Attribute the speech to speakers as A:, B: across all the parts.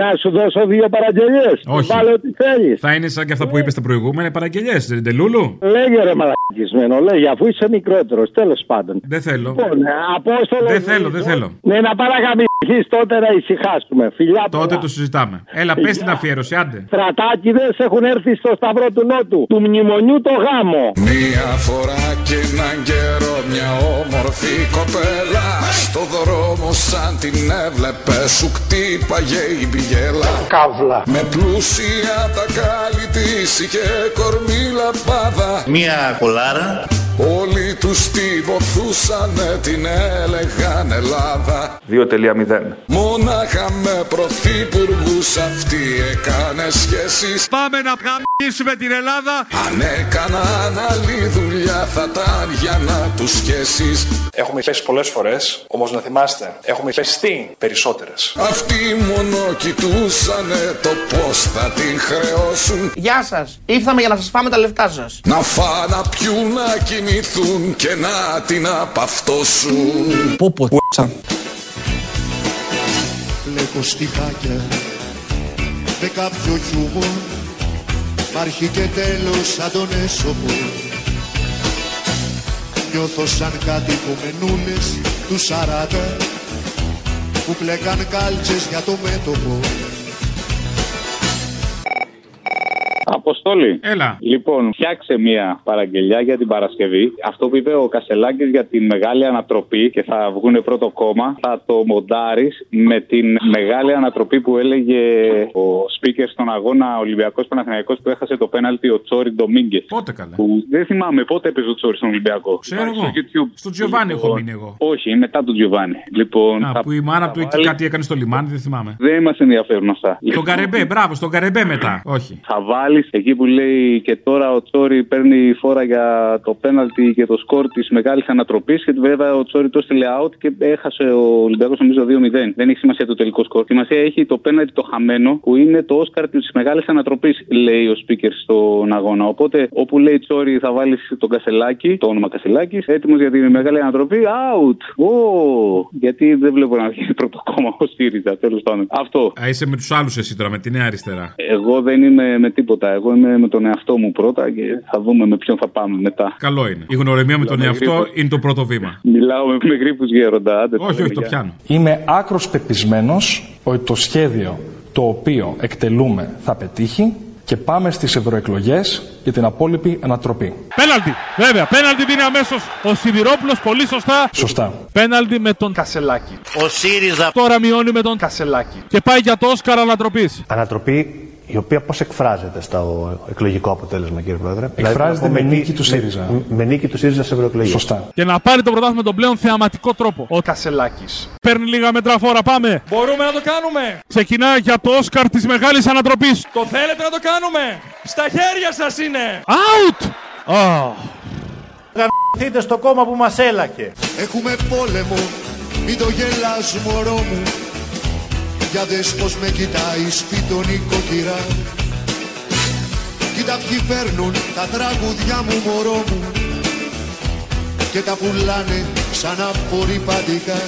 A: Να σου δώσω δύο παραγγελίες.
B: Όχι.
A: Βάλε ό,τι θέλεις.
B: Θα είναι σαν και αυτά που είπες τα προηγούμενα παραγγελίε, Ντελούλου.
A: Λέγε ρε μαλακισμένο, λέγε αφού είσαι μικρότερος, τέλος πάντων.
B: Δεν θέλω.
A: Λοιπόν, ε, Απόστολο.
B: Δεν θέλω, δεν θέλω.
A: Ναι, να παραγαμιχθεί τότε να ησυχάσουμε. Φιλιά
B: Τότε
A: πολλά.
B: το συζητάμε. Έλα, πες την αφιέρωση, άντε.
A: Στρατάκιδες έχουν έρθει στο Σταυρό του Νότου. Του μνημονιού το γάμο.
C: Μία φορά και έναν καιρό μια όμορφη κοπέλα Στο δρόμο σαν την έβλεπε σου κτύπαγε η μπιγέλα
D: Καύλα.
C: Με πλούσια τα κάλλη της είχε κορμί λαμπάδα
E: Μία κολάρα.
C: Όλοι τους τη βοθούσανε την έλεγαν Ελλάδα
F: 2.0.
C: Μόναχα με πρωθυπουργούς αυτή έκανε σχέσεις
G: Πάμε να γαμίσουμε την Ελλάδα.
C: Αν έκαναν άλλη δουλειά θα ήταν για να τους σχέσεις
H: Έχουμε πέσει πολλές φορές, όμως να θυμάστε, έχουμε πεστεί περισσότερες.
C: Αυτοί μόνο κοιτούσανε το πώς θα την χρεώσουν
E: Γεια σας. Ήρθαμε για να σας φάμε τα λεφτά σας.
C: Να φά, να πιούν, να κοιμηθούν και να την απαυτώσουν
E: Πόπο.
I: Βλέπω στιχάκια με κάποιο χιούμορ Μ' αρχή και τέλος σαν τον έσωπο Νιώθω σαν κάτι κομμενούλες του σαράτα που πλέκαν κάλτσες για το μέτωπο
J: Αποστόλη.
B: Έλα.
J: Λοιπόν, φτιάξε μία παραγγελιά για την Παρασκευή. Αυτό που είπε ο Κασελάκης για την μεγάλη ανατροπή και θα βγουν πρώτο κόμμα, θα το μοντάρεις με την μεγάλη ανατροπή που έλεγε ο speaker στον αγώνα Ολυμπιακός Παναθυναϊκό που έχασε το πέναλτι ο Τσόρι Ντομίγκε.
B: Πότε καλά.
J: Που δεν θυμάμαι πότε έπαιζε ο Τσόρι στον Ολυμπιακό.
B: Ξέρω
J: Υπάρχει
B: εγώ.
J: Στο YouTube.
B: Στον Τζιοβάνι
J: Λοιπόν,
B: έχω μείνει εγώ.
J: Όχι, μετά τον Τζιοβάνι. Λοιπόν,
B: Α,
J: θα-
B: που η μάνα
J: θα
B: του εκεί
J: βάλει-
B: κάτι έκανε στο λιμάνι, δεν θυμάμαι.
J: Δεν μας ενδιαφέρουν αυτά.
B: Τον καρεμπέ, μπράβο, στον καρεμπέ μετά. Όχι.
J: Θα βάλει εκεί που λέει και τώρα ο Τσόρι παίρνει φόρα για το πέναλτι και το σκορ της μεγάλης ανατροπής. Και βέβαια ο Τσόρι το έστειλε out και έχασε ο Ολυμπιακός νομίζω 2-0. Δεν έχει σημασία το τελικό σκορ. Σημασία έχει το πέναλτι το χαμένο που είναι το Όσκαρ της μεγάλης ανατροπής, λέει ο speaker στον αγώνα. Οπότε όπου λέει Τσόρι θα βάλεις τον Κασελάκη, το όνομα Κασελάκης, έτοιμος για τη μεγάλη ανατροπή, out. Ω, γιατί δεν βλέπω να βγει πρωτοκόμμα ο ΣΥΡΙΖΑ, τέλος πάντων. Αυτό.
B: Α, είσαι με τους άλλους εσύ τώρα, με τη νέα αριστερά.
J: Εγώ δεν είμαι με τίποτα. Εγώ είμαι με τον εαυτό μου πρώτα και θα δούμε με ποιον θα πάμε μετά.
B: Καλό είναι. Η γνωριμία με τον
J: Μιλάμε
B: εαυτό
J: γρήγορα.
B: είναι το πρώτο βήμα.
J: Μιλάω με, με γρήπους γέροντα. Άντε,
B: Όχι, όχι, το πιάνω.
K: Είμαι άκρος πεπισμένος ότι το σχέδιο το οποίο εκτελούμε θα πετύχει και πάμε στις ευρωεκλογές για την απόλυτη ανατροπή.
G: Πέναλτι. Βέβαια, πέναλτι δίνει αμέσως ο Σιδηρόπουλος πολύ σωστά.
K: Σωστά.
G: Πέναλτι με τον Κασελάκη.
E: Ο ΣΥΡΙΖΑ.
G: Τώρα μειώνει με τον Κασελάκη. Και πάει για το Όσκαρ ανατροπής.
L: Ανατροπή η οποία πώς εκφράζεται στο εκλογικό αποτέλεσμα, κύριε Πρόεδρε.
K: Εκφράζεται
L: Δηλαδή,
K: με
L: με
K: νίκη του ΣΥΡΙΖΑ.
L: Με, με νίκη του ΣΥΡΙΖΑ σε ευρωεκλογές.
K: Σωστά.
G: Και να πάρει το πρωτάθλημα με τον πλέον θεαματικό τρόπο. Ο Κασελάκης. Παίρνει λίγα μέτρα φόρα, πάμε. Μπορούμε να το κάνουμε. Ξεκινάει για το Όσκαρ της μεγάλης ανατροπής.
M: Το θέλετε να το κάνουμε. Στα χέρια σας είναι.
G: Out! Oh.
L: Γαμηθείτε στο κόμμα που μας έλακε.
I: Έχουμε πόλεμο, μην το γελάς μωρό μου Για δες πως με κοιτάει σπίτον οικοκυρά Κοίτα ποιοι παίρνουν τα τραγουδιά μου μωρό μου Και τα πουλάνε σαν απορριπαντικά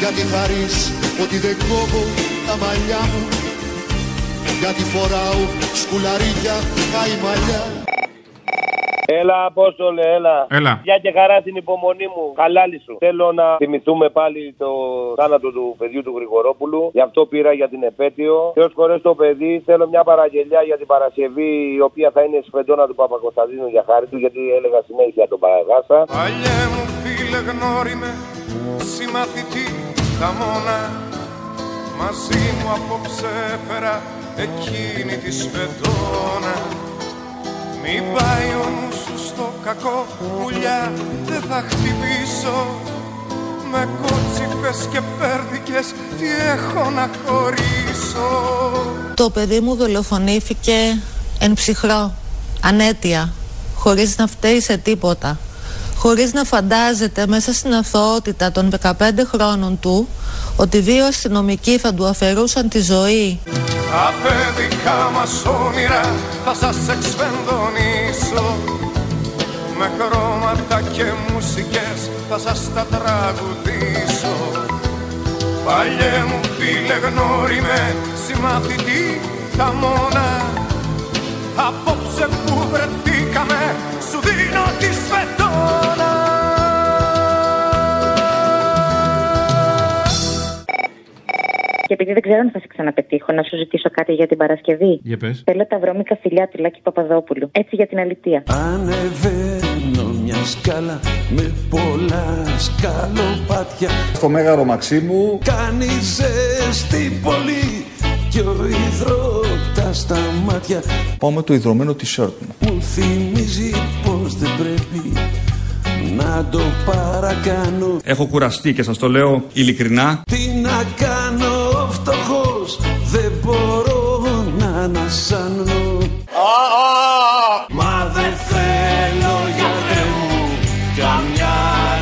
I: Γιατί θα ρεις ότι δεν κόβω τα μαλλιά μου Γιατί φοράω σκουλαρίκια καημαλιά
N: Έλα, Απόστολε, έλα.
B: Έλα.
N: Για και χαρά την υπομονή μου. Χαλάλι σου. Θέλω να θυμηθούμε πάλι το θάνατο του παιδιού του Γρηγορόπουλου. Γι' αυτό πήρα για την επέτειο. Θεός χωρέ το παιδί. Θέλω μια παραγγελιά για την Παρασκευή, η οποία θα είναι σφεντόνα του Παπακοσταντίνου για χάρη του, γιατί έλεγα συνέχεια τον Παραγάσα.
O: Παλιέ μου φίλε γνώριμε συμμαθητή χαμόνα Μαζί μου απόψε έφερα εκείνη τη σφεντόνα Μη πάει ο νους σου στο κακό πουλιά δεν θα χτυπήσω Με κότσιφες και πέρδικες τι έχω να χωρίσω
P: Το παιδί μου δολοφονήθηκε εν ψυχρό, ανέτεια, χωρίς να φταίει σε τίποτα. Χωρίς να φαντάζεται μέσα στην αθωότητα των 15 χρόνων του ότι δύο αστυνομικοί θα του αφαιρούσαν τη ζωή.
O: Τα παιδικά μας όνειρα θα σας εξφενδονήσω Με χρώματα και μουσικές θα σας τα τραγουδήσω Παλιέ μου
C: φίλε γνώρι με συμμαθητή τα μόνα Απόψε που βρεθήκαμε σου δίνω τη σφεντόνα
Q: Και επειδή δεν ξέρω αν θα σε ξαναπετύχω, να σου ζητήσω κάτι για την Παρασκευή.
B: Για πες.
Q: Θέλω τα βρώμικα φιλιά του Λάκη Παπαδόπουλου. Έτσι για την αλητεία.
J: Ανεβαίνω μια σκάλα με πολλά σκαλοπάτια
R: Στο Μέγαρο Μαξίμου
J: Κάνει ζέστη πολύ και ο υδρότας στα μάτια
R: Πάω με το ιδρωμένο t-shirt μου
J: Μου θυμίζει πως δεν πρέπει να το παρακάνω
S: Έχω κουραστεί και σας το λέω ειλικρινά.
J: Τι να κάνω φτωχός δεν μπορώ να ανασάνω Μα δεν θέλω για μου καμιά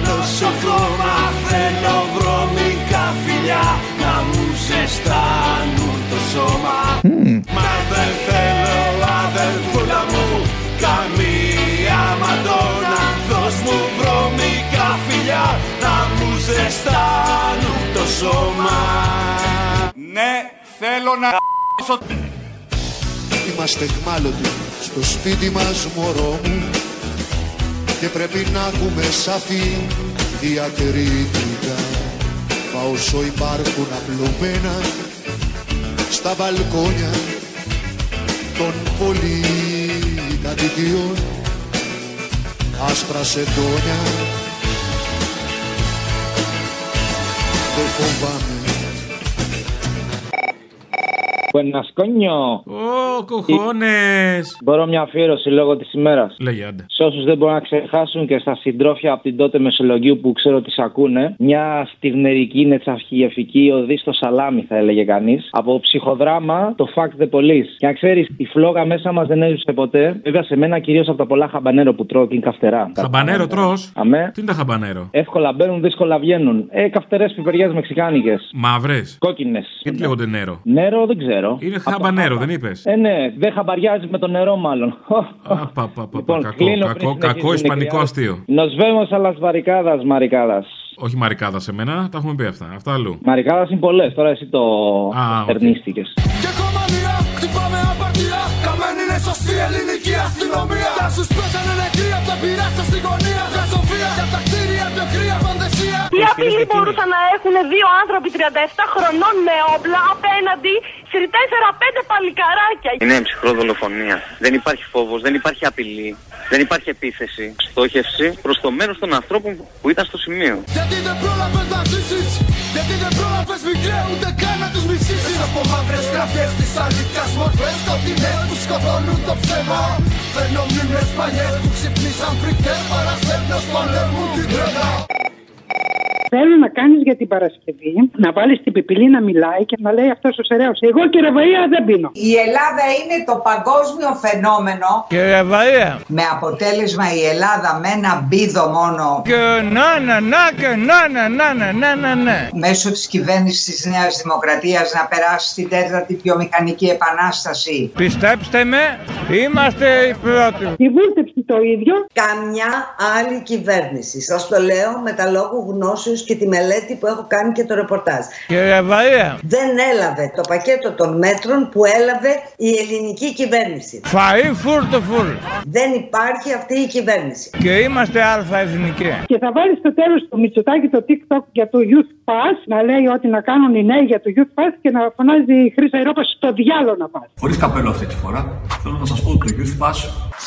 J: νοσοκόμα Θέλω βρώμικα φιλιά να μου ζεστάνουν το σώμα Μα δεν θέλω αδερφούλα μου καμία μαντώνα Δώσ' μου βρώμικα φιλιά να μου ζεστάνουν το σώμα
C: Ναι θέλω να
I: Είμαστε εχμάλωτοι στο σπίτι μας μωρό μου και πρέπει να έχουμε σαφή διακρίτικα μα όσο υπάρχουν απλωμένα στα μπαλκόνια των πολυκατοικιών άσπρα σεντόνια δεν φοβάμαι
T: Buenas, coño.
B: Ω, κοχώνες.
T: Μπορώ μια αφιέρωση λόγω της ημέρας.
B: Λέγε άντε.
T: Σε όσους δεν μπορούν να ξεχάσουν και στα συντρόφια από την τότε Μεσολογγίου που ξέρω ότι σ' ακούνε, μια στιγμερική νετσαρχιευτική οδή στο σαλάμι, θα έλεγε κανείς. Από ψυχοδράμα το Fact the Police. Και να ξέρεις, η φλόγα μέσα μας δεν έζησε ποτέ. Βέβαια σε μένα κυρίως από τα πολλά χαμπανέρο που τρώω και είναι καυτερά.
J: Ναι.
B: Χαμπανέρο τρώ.
T: Αμέ.
B: Τι είναι τα χαμπανέρο.
T: Εύκολα μπαίνουν, δύσκολα βγαίνουν. Ε, καυτερές πιπεριές μεξικάνικες.
B: Μαύρες.
J: Ναι.
T: Κόκκινε.
B: Γιατί Ε, λέγονται νερό.
T: Νερό δεν ξέρω.
B: Είναι χαμπανέρο, δεν είπες.
T: Ε, ναι, δεν χαμπαριάζεις με το νερό, μάλλον. Λοιπόν, κλείνω
B: Κακό,
T: πριν
B: κακό,
T: συνεχίσει
B: κακό
T: την
B: ισπανικό
T: εκδιά.
B: αστείο.
T: Νοσβέμος αλλά βαρικάδα, μαρικάδα.
B: Όχι μαρικάδας σε μένα, τα έχουμε πει αυτά. Αυτά αλλού.
T: Μαρικάδας είναι πολλές, τώρα εσύ το ερνίστηκε.
C: Χτυπάμε απαρτία, καμένη είναι σωστή ελληνική αστυνομία Τα σου σπέσανε νεκροί απ' τα πειράξα στη γωνία Γαζοβία, για τα κτίρια πιο κρύα πανδεσία
U: Τι απειλή μπορούσαν να έχουν δύο άνθρωποι 37 χρονών με όπλα απέναντι σε 4-5 παλικαράκια.
N: Είναι ψυχρό δολοφονία. Δεν υπάρχει φόβος, δεν υπάρχει απειλή, δεν υπάρχει επίθεση. Στόχευση προς το μέρος των ανθρώπων που ήταν στο σημείο.
C: Γιατί δεν πρόλαβες να ζήσεις Γιατί δεν πρόλαβες μικρέ ούτε καν να τους μισήσεις Από μαύρες γραφές της αλήθειας μορφές Σκοτεινές που σκοτώνουν το ψέμα Φέρνω μνήμες παλιές που ξυπνήσαν φρικτές Παρασέρνω πολέμουν την τρέλα
V: Θέλω να κάνεις για την Παρασκευή, να βάλεις την πιπηλή να μιλάει και να λέει αυτός ο σεραίο. Εγώ και ρεβαία δεν πίνω.
A: Η Ελλάδα είναι το παγκόσμιο φαινόμενο
K: Κύριε Βαρία.
A: με αποτέλεσμα η Ελλάδα με ένα μπίδο μόνο
K: Και να να να και να να να να να να να.
A: μέσω της κυβέρνησης της Νέας Δημοκρατίας να περάσει την τέταρτη βιομηχανική επανάσταση.
K: Πιστέψτε με, είμαστε οι πρώτοι.
A: Η βούλτεψη το ίδιο. Καμιά άλλη κυβέρνηση. Σας το λέω με τα λόγου γνώσεως και τη μελέτη που έχω κάνει και το ρεπορτάζ.
K: Κύριε Βαρία.
A: Δεν έλαβε το πακέτο των μέτρων που έλαβε η ελληνική κυβέρνηση.
K: Φαΐ φουλ το φουλ.
A: Δεν υπάρχει αυτή η κυβέρνηση.
K: Και είμαστε αλφα εθνικοί.
V: Και θα βάλει στο τέλος του Μητσοτάκη το TikTok για το Youth Pass, να λέει ότι να κάνουν οι νέοι για το Youth Pass και να φωνάζει η Χρήσα Ηρόπα στο διάλογο να πας.
W: Χωρίς καπέλο αυτή τη φορά, θέλω να σας πω ότι το Youth Pass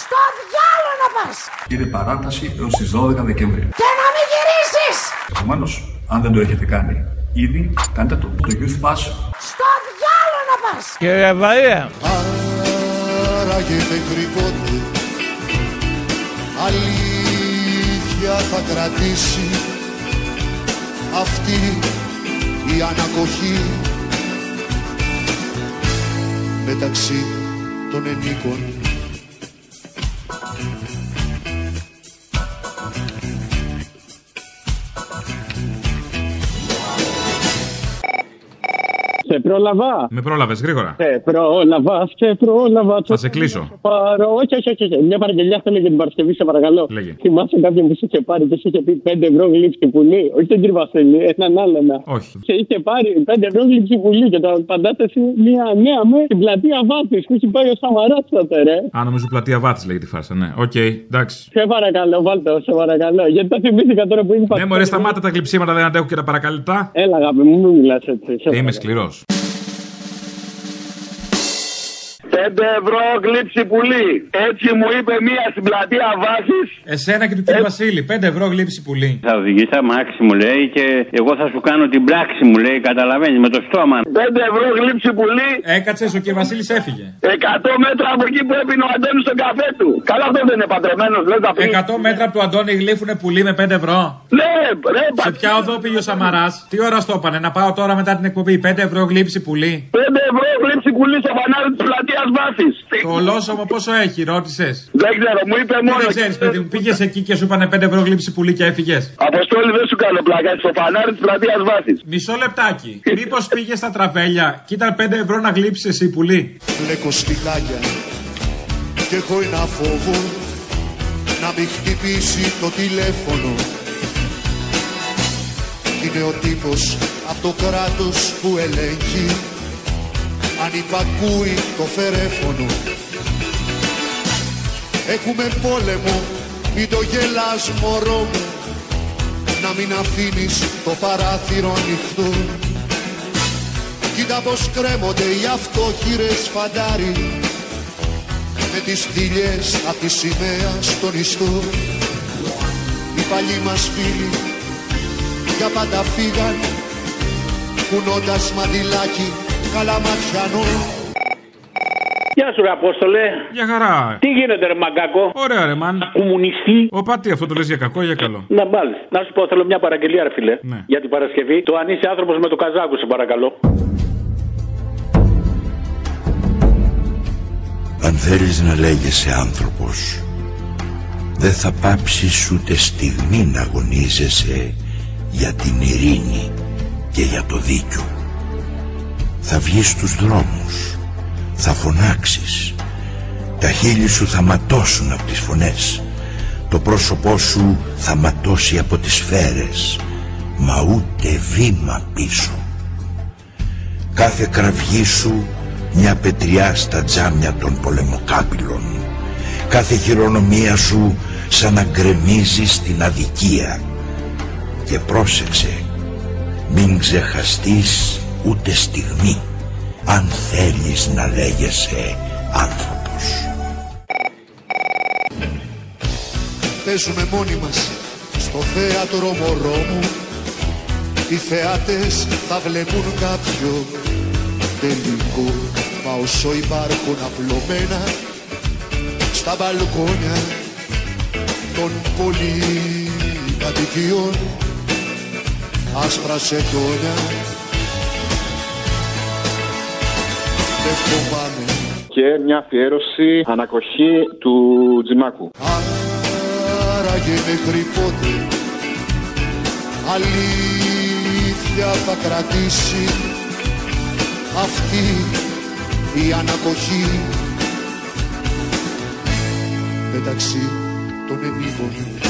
C: Στο διάλογο να πας
W: είναι παράταση έως τις 12 Δεκεμβρίου.
C: και να μην γυρίσεις
W: Επομένως, αν δεν το έχετε κάνει ήδη, κάντε το. Το Youth Pass
C: Στο διάλογο να πας
K: Κύριε Βαρία.
I: Άραγε μέχρι πότε αλήθεια θα κρατήσει αυτή η ανακοχή μεταξύ των ενίκων.
A: Σε πρόλαβα.
B: Με πρόλαβες γρήγορα.
A: Σε πρόλαβα, σε πρόλαβα.
B: Θα σε κλείσω.
A: Πάρω, όχι, όχι, όχι, όχι. Μια παραγγελιά θέλω για την Παρασκευή, σε παρακαλώ.
B: Λέγε.
A: Θυμάσαι κάποιον που σου είχε πάρει και σου είχε πει 5 ευρώ γλύψη πουλί. Όχι τον κύριο Βασίλη, έναν άλλον.
B: Όχι.
A: Και είχε πάρει 5 ευρώ γλύψη πουλί και το απαντάτε σου μια νέα με την πλατεία Βάθης που έχει πάει ο Σαμαρά τότε, ρε.
B: Α, νομίζω πλατεία βάθης λέγεται η φάρσα. Ναι, οκ, εντάξει.
A: Σε παρακαλώ, βάλτε, σε παρακαλώ. Γιατί τα θυμήθηκα τώρα που είναι
B: Ναι, μωρέ, σταμάτα τα γλυψίματα, δεν αντέχω και τα παρακαλυτά.
A: Έλα, αγάπη μου, μην μιλάς έτσι. σε
B: Είμαι σκληρό.
C: 5 ευρώ γλύψη πουλί. Έτσι μου είπε μία στην πλατεία βάσης.
B: Εσένα και του κύριου Βασίλη, 5 ευρώ γλύψη πουλί.
E: Θα οδηγηθεί αμάξι μου λέει και εγώ θα σου κάνω την πράξη μου λέει. Καταλαβαίνεις με το στόμα.
C: 5 ευρώ γλύψη πουλί.
B: Έκατσες, ο κύριος Βασίλης έφυγε.
C: 100 μέτρα από εκεί που έπινε ο Αντώνη στον καφέ του. Καλά, αυτό δεν είναι παντρεμένος, δεν τα πει.
B: 100 μέτρα από του Αντώνη γλύφουνε πουλί με 5 ευρώ.
C: Ναι, ρε,
B: Σε ποια οδό πήγε ο Σαμαράς, τι ώρα στο έπανε, να πάω τώρα μετά την εκπομπή. 5 ευρώ γλύψη πουλί.
C: 5 ευρώ γλύψη πουλί στο φανάρι της πλατείας βάση.
B: Το ολόσωμο πόσο έχει, ρώτησες.
C: Δεν ξέρω, μου είπε μόνο.
B: Δεν ξέρεις, παιδί μου, πήγες εκεί και σου είπανε 5 ευρώ γλύψη πουλί και έφυγες.
C: Αποστόλη δεν σου κάνω πλάκα, στο φανάρι της πλατείας βάση.
B: Μισό λεπτάκι. Μήπως πήγες στα τραβέλια και ήταν 5 ευρώ να γλύψεις εσύ πουλί.
I: Φλέκω στυλάκια και έχω ένα φόβο να μην χτυπήσει το τηλέφωνο. Είναι ο τύπος από το κράτος που ελέγχει αν υπακούει το φερέφωνο. Έχουμε πόλεμο, μην το γελάς μωρό μου να μην αφήνεις το παράθυρο ανοιχτό Κοίτα πως κρέμονται οι αυτοχείρες φαντάρι Με τις θηλιές απ' τη σημαία στον ιστό Οι παλιοί μας φίλοι για πάντα φύγαν Κουνώντας μαντιλάκι καλαματιανό
H: Γεια σου, ρε Απόστολε.
B: Για χαρά.
H: Τι γίνεται, ρε Μαγκάκο.
B: Ωραία, ρε μαν.
H: Κομμουνιστή.
B: Ο πατή αυτό το λες για κακό ή για καλό.
H: Να βάλει. Να σου πω, θέλω μια παραγγελία, ρε φίλε.
B: Ναι.
H: Για την Παρασκευή. Το αν είσαι άνθρωπος με το καζάκο, σε παρακαλώ.
J: Αν θέλεις να λέγεσαι άνθρωπος Δεν θα πάψεις ούτε στιγμή να αγωνίζεσαι Για την ειρήνη και για το δίκιο Θα βγεις στους δρόμους Θα φωνάξεις Τα χείλη σου θα ματώσουν από τις φωνές Το πρόσωπό σου θα ματώσει από τις σφαίρες Μα ούτε βήμα πίσω Κάθε κραυγή σου μια πετριά στα τζάμια των πολεμοκάπηλων. Κάθε χειρονομία σου σαν να γκρεμίζει στην αδικία. Και πρόσεξε, μην ξεχαστείς ούτε στιγμή, αν θέλεις να λέγεσαι άνθρωπος.
I: Παίζουμε μόνοι μας στο θέατρο μωρό μου Οι θεάτες θα βλέπουν κάποιο τελικό Μα όσο υπάρχουν απλωμένα στα μπαλκόνια των πολυκατοικιών άσπρα σεντόνια Δεν φοβάμαι
X: και μια αφιέρωση ανακοχή του Τζιμάκου.
I: Άραγε μέχρι πότε αλήθεια θα κρατήσει αυτή η ανακοχή μεταξύ των εμίγων.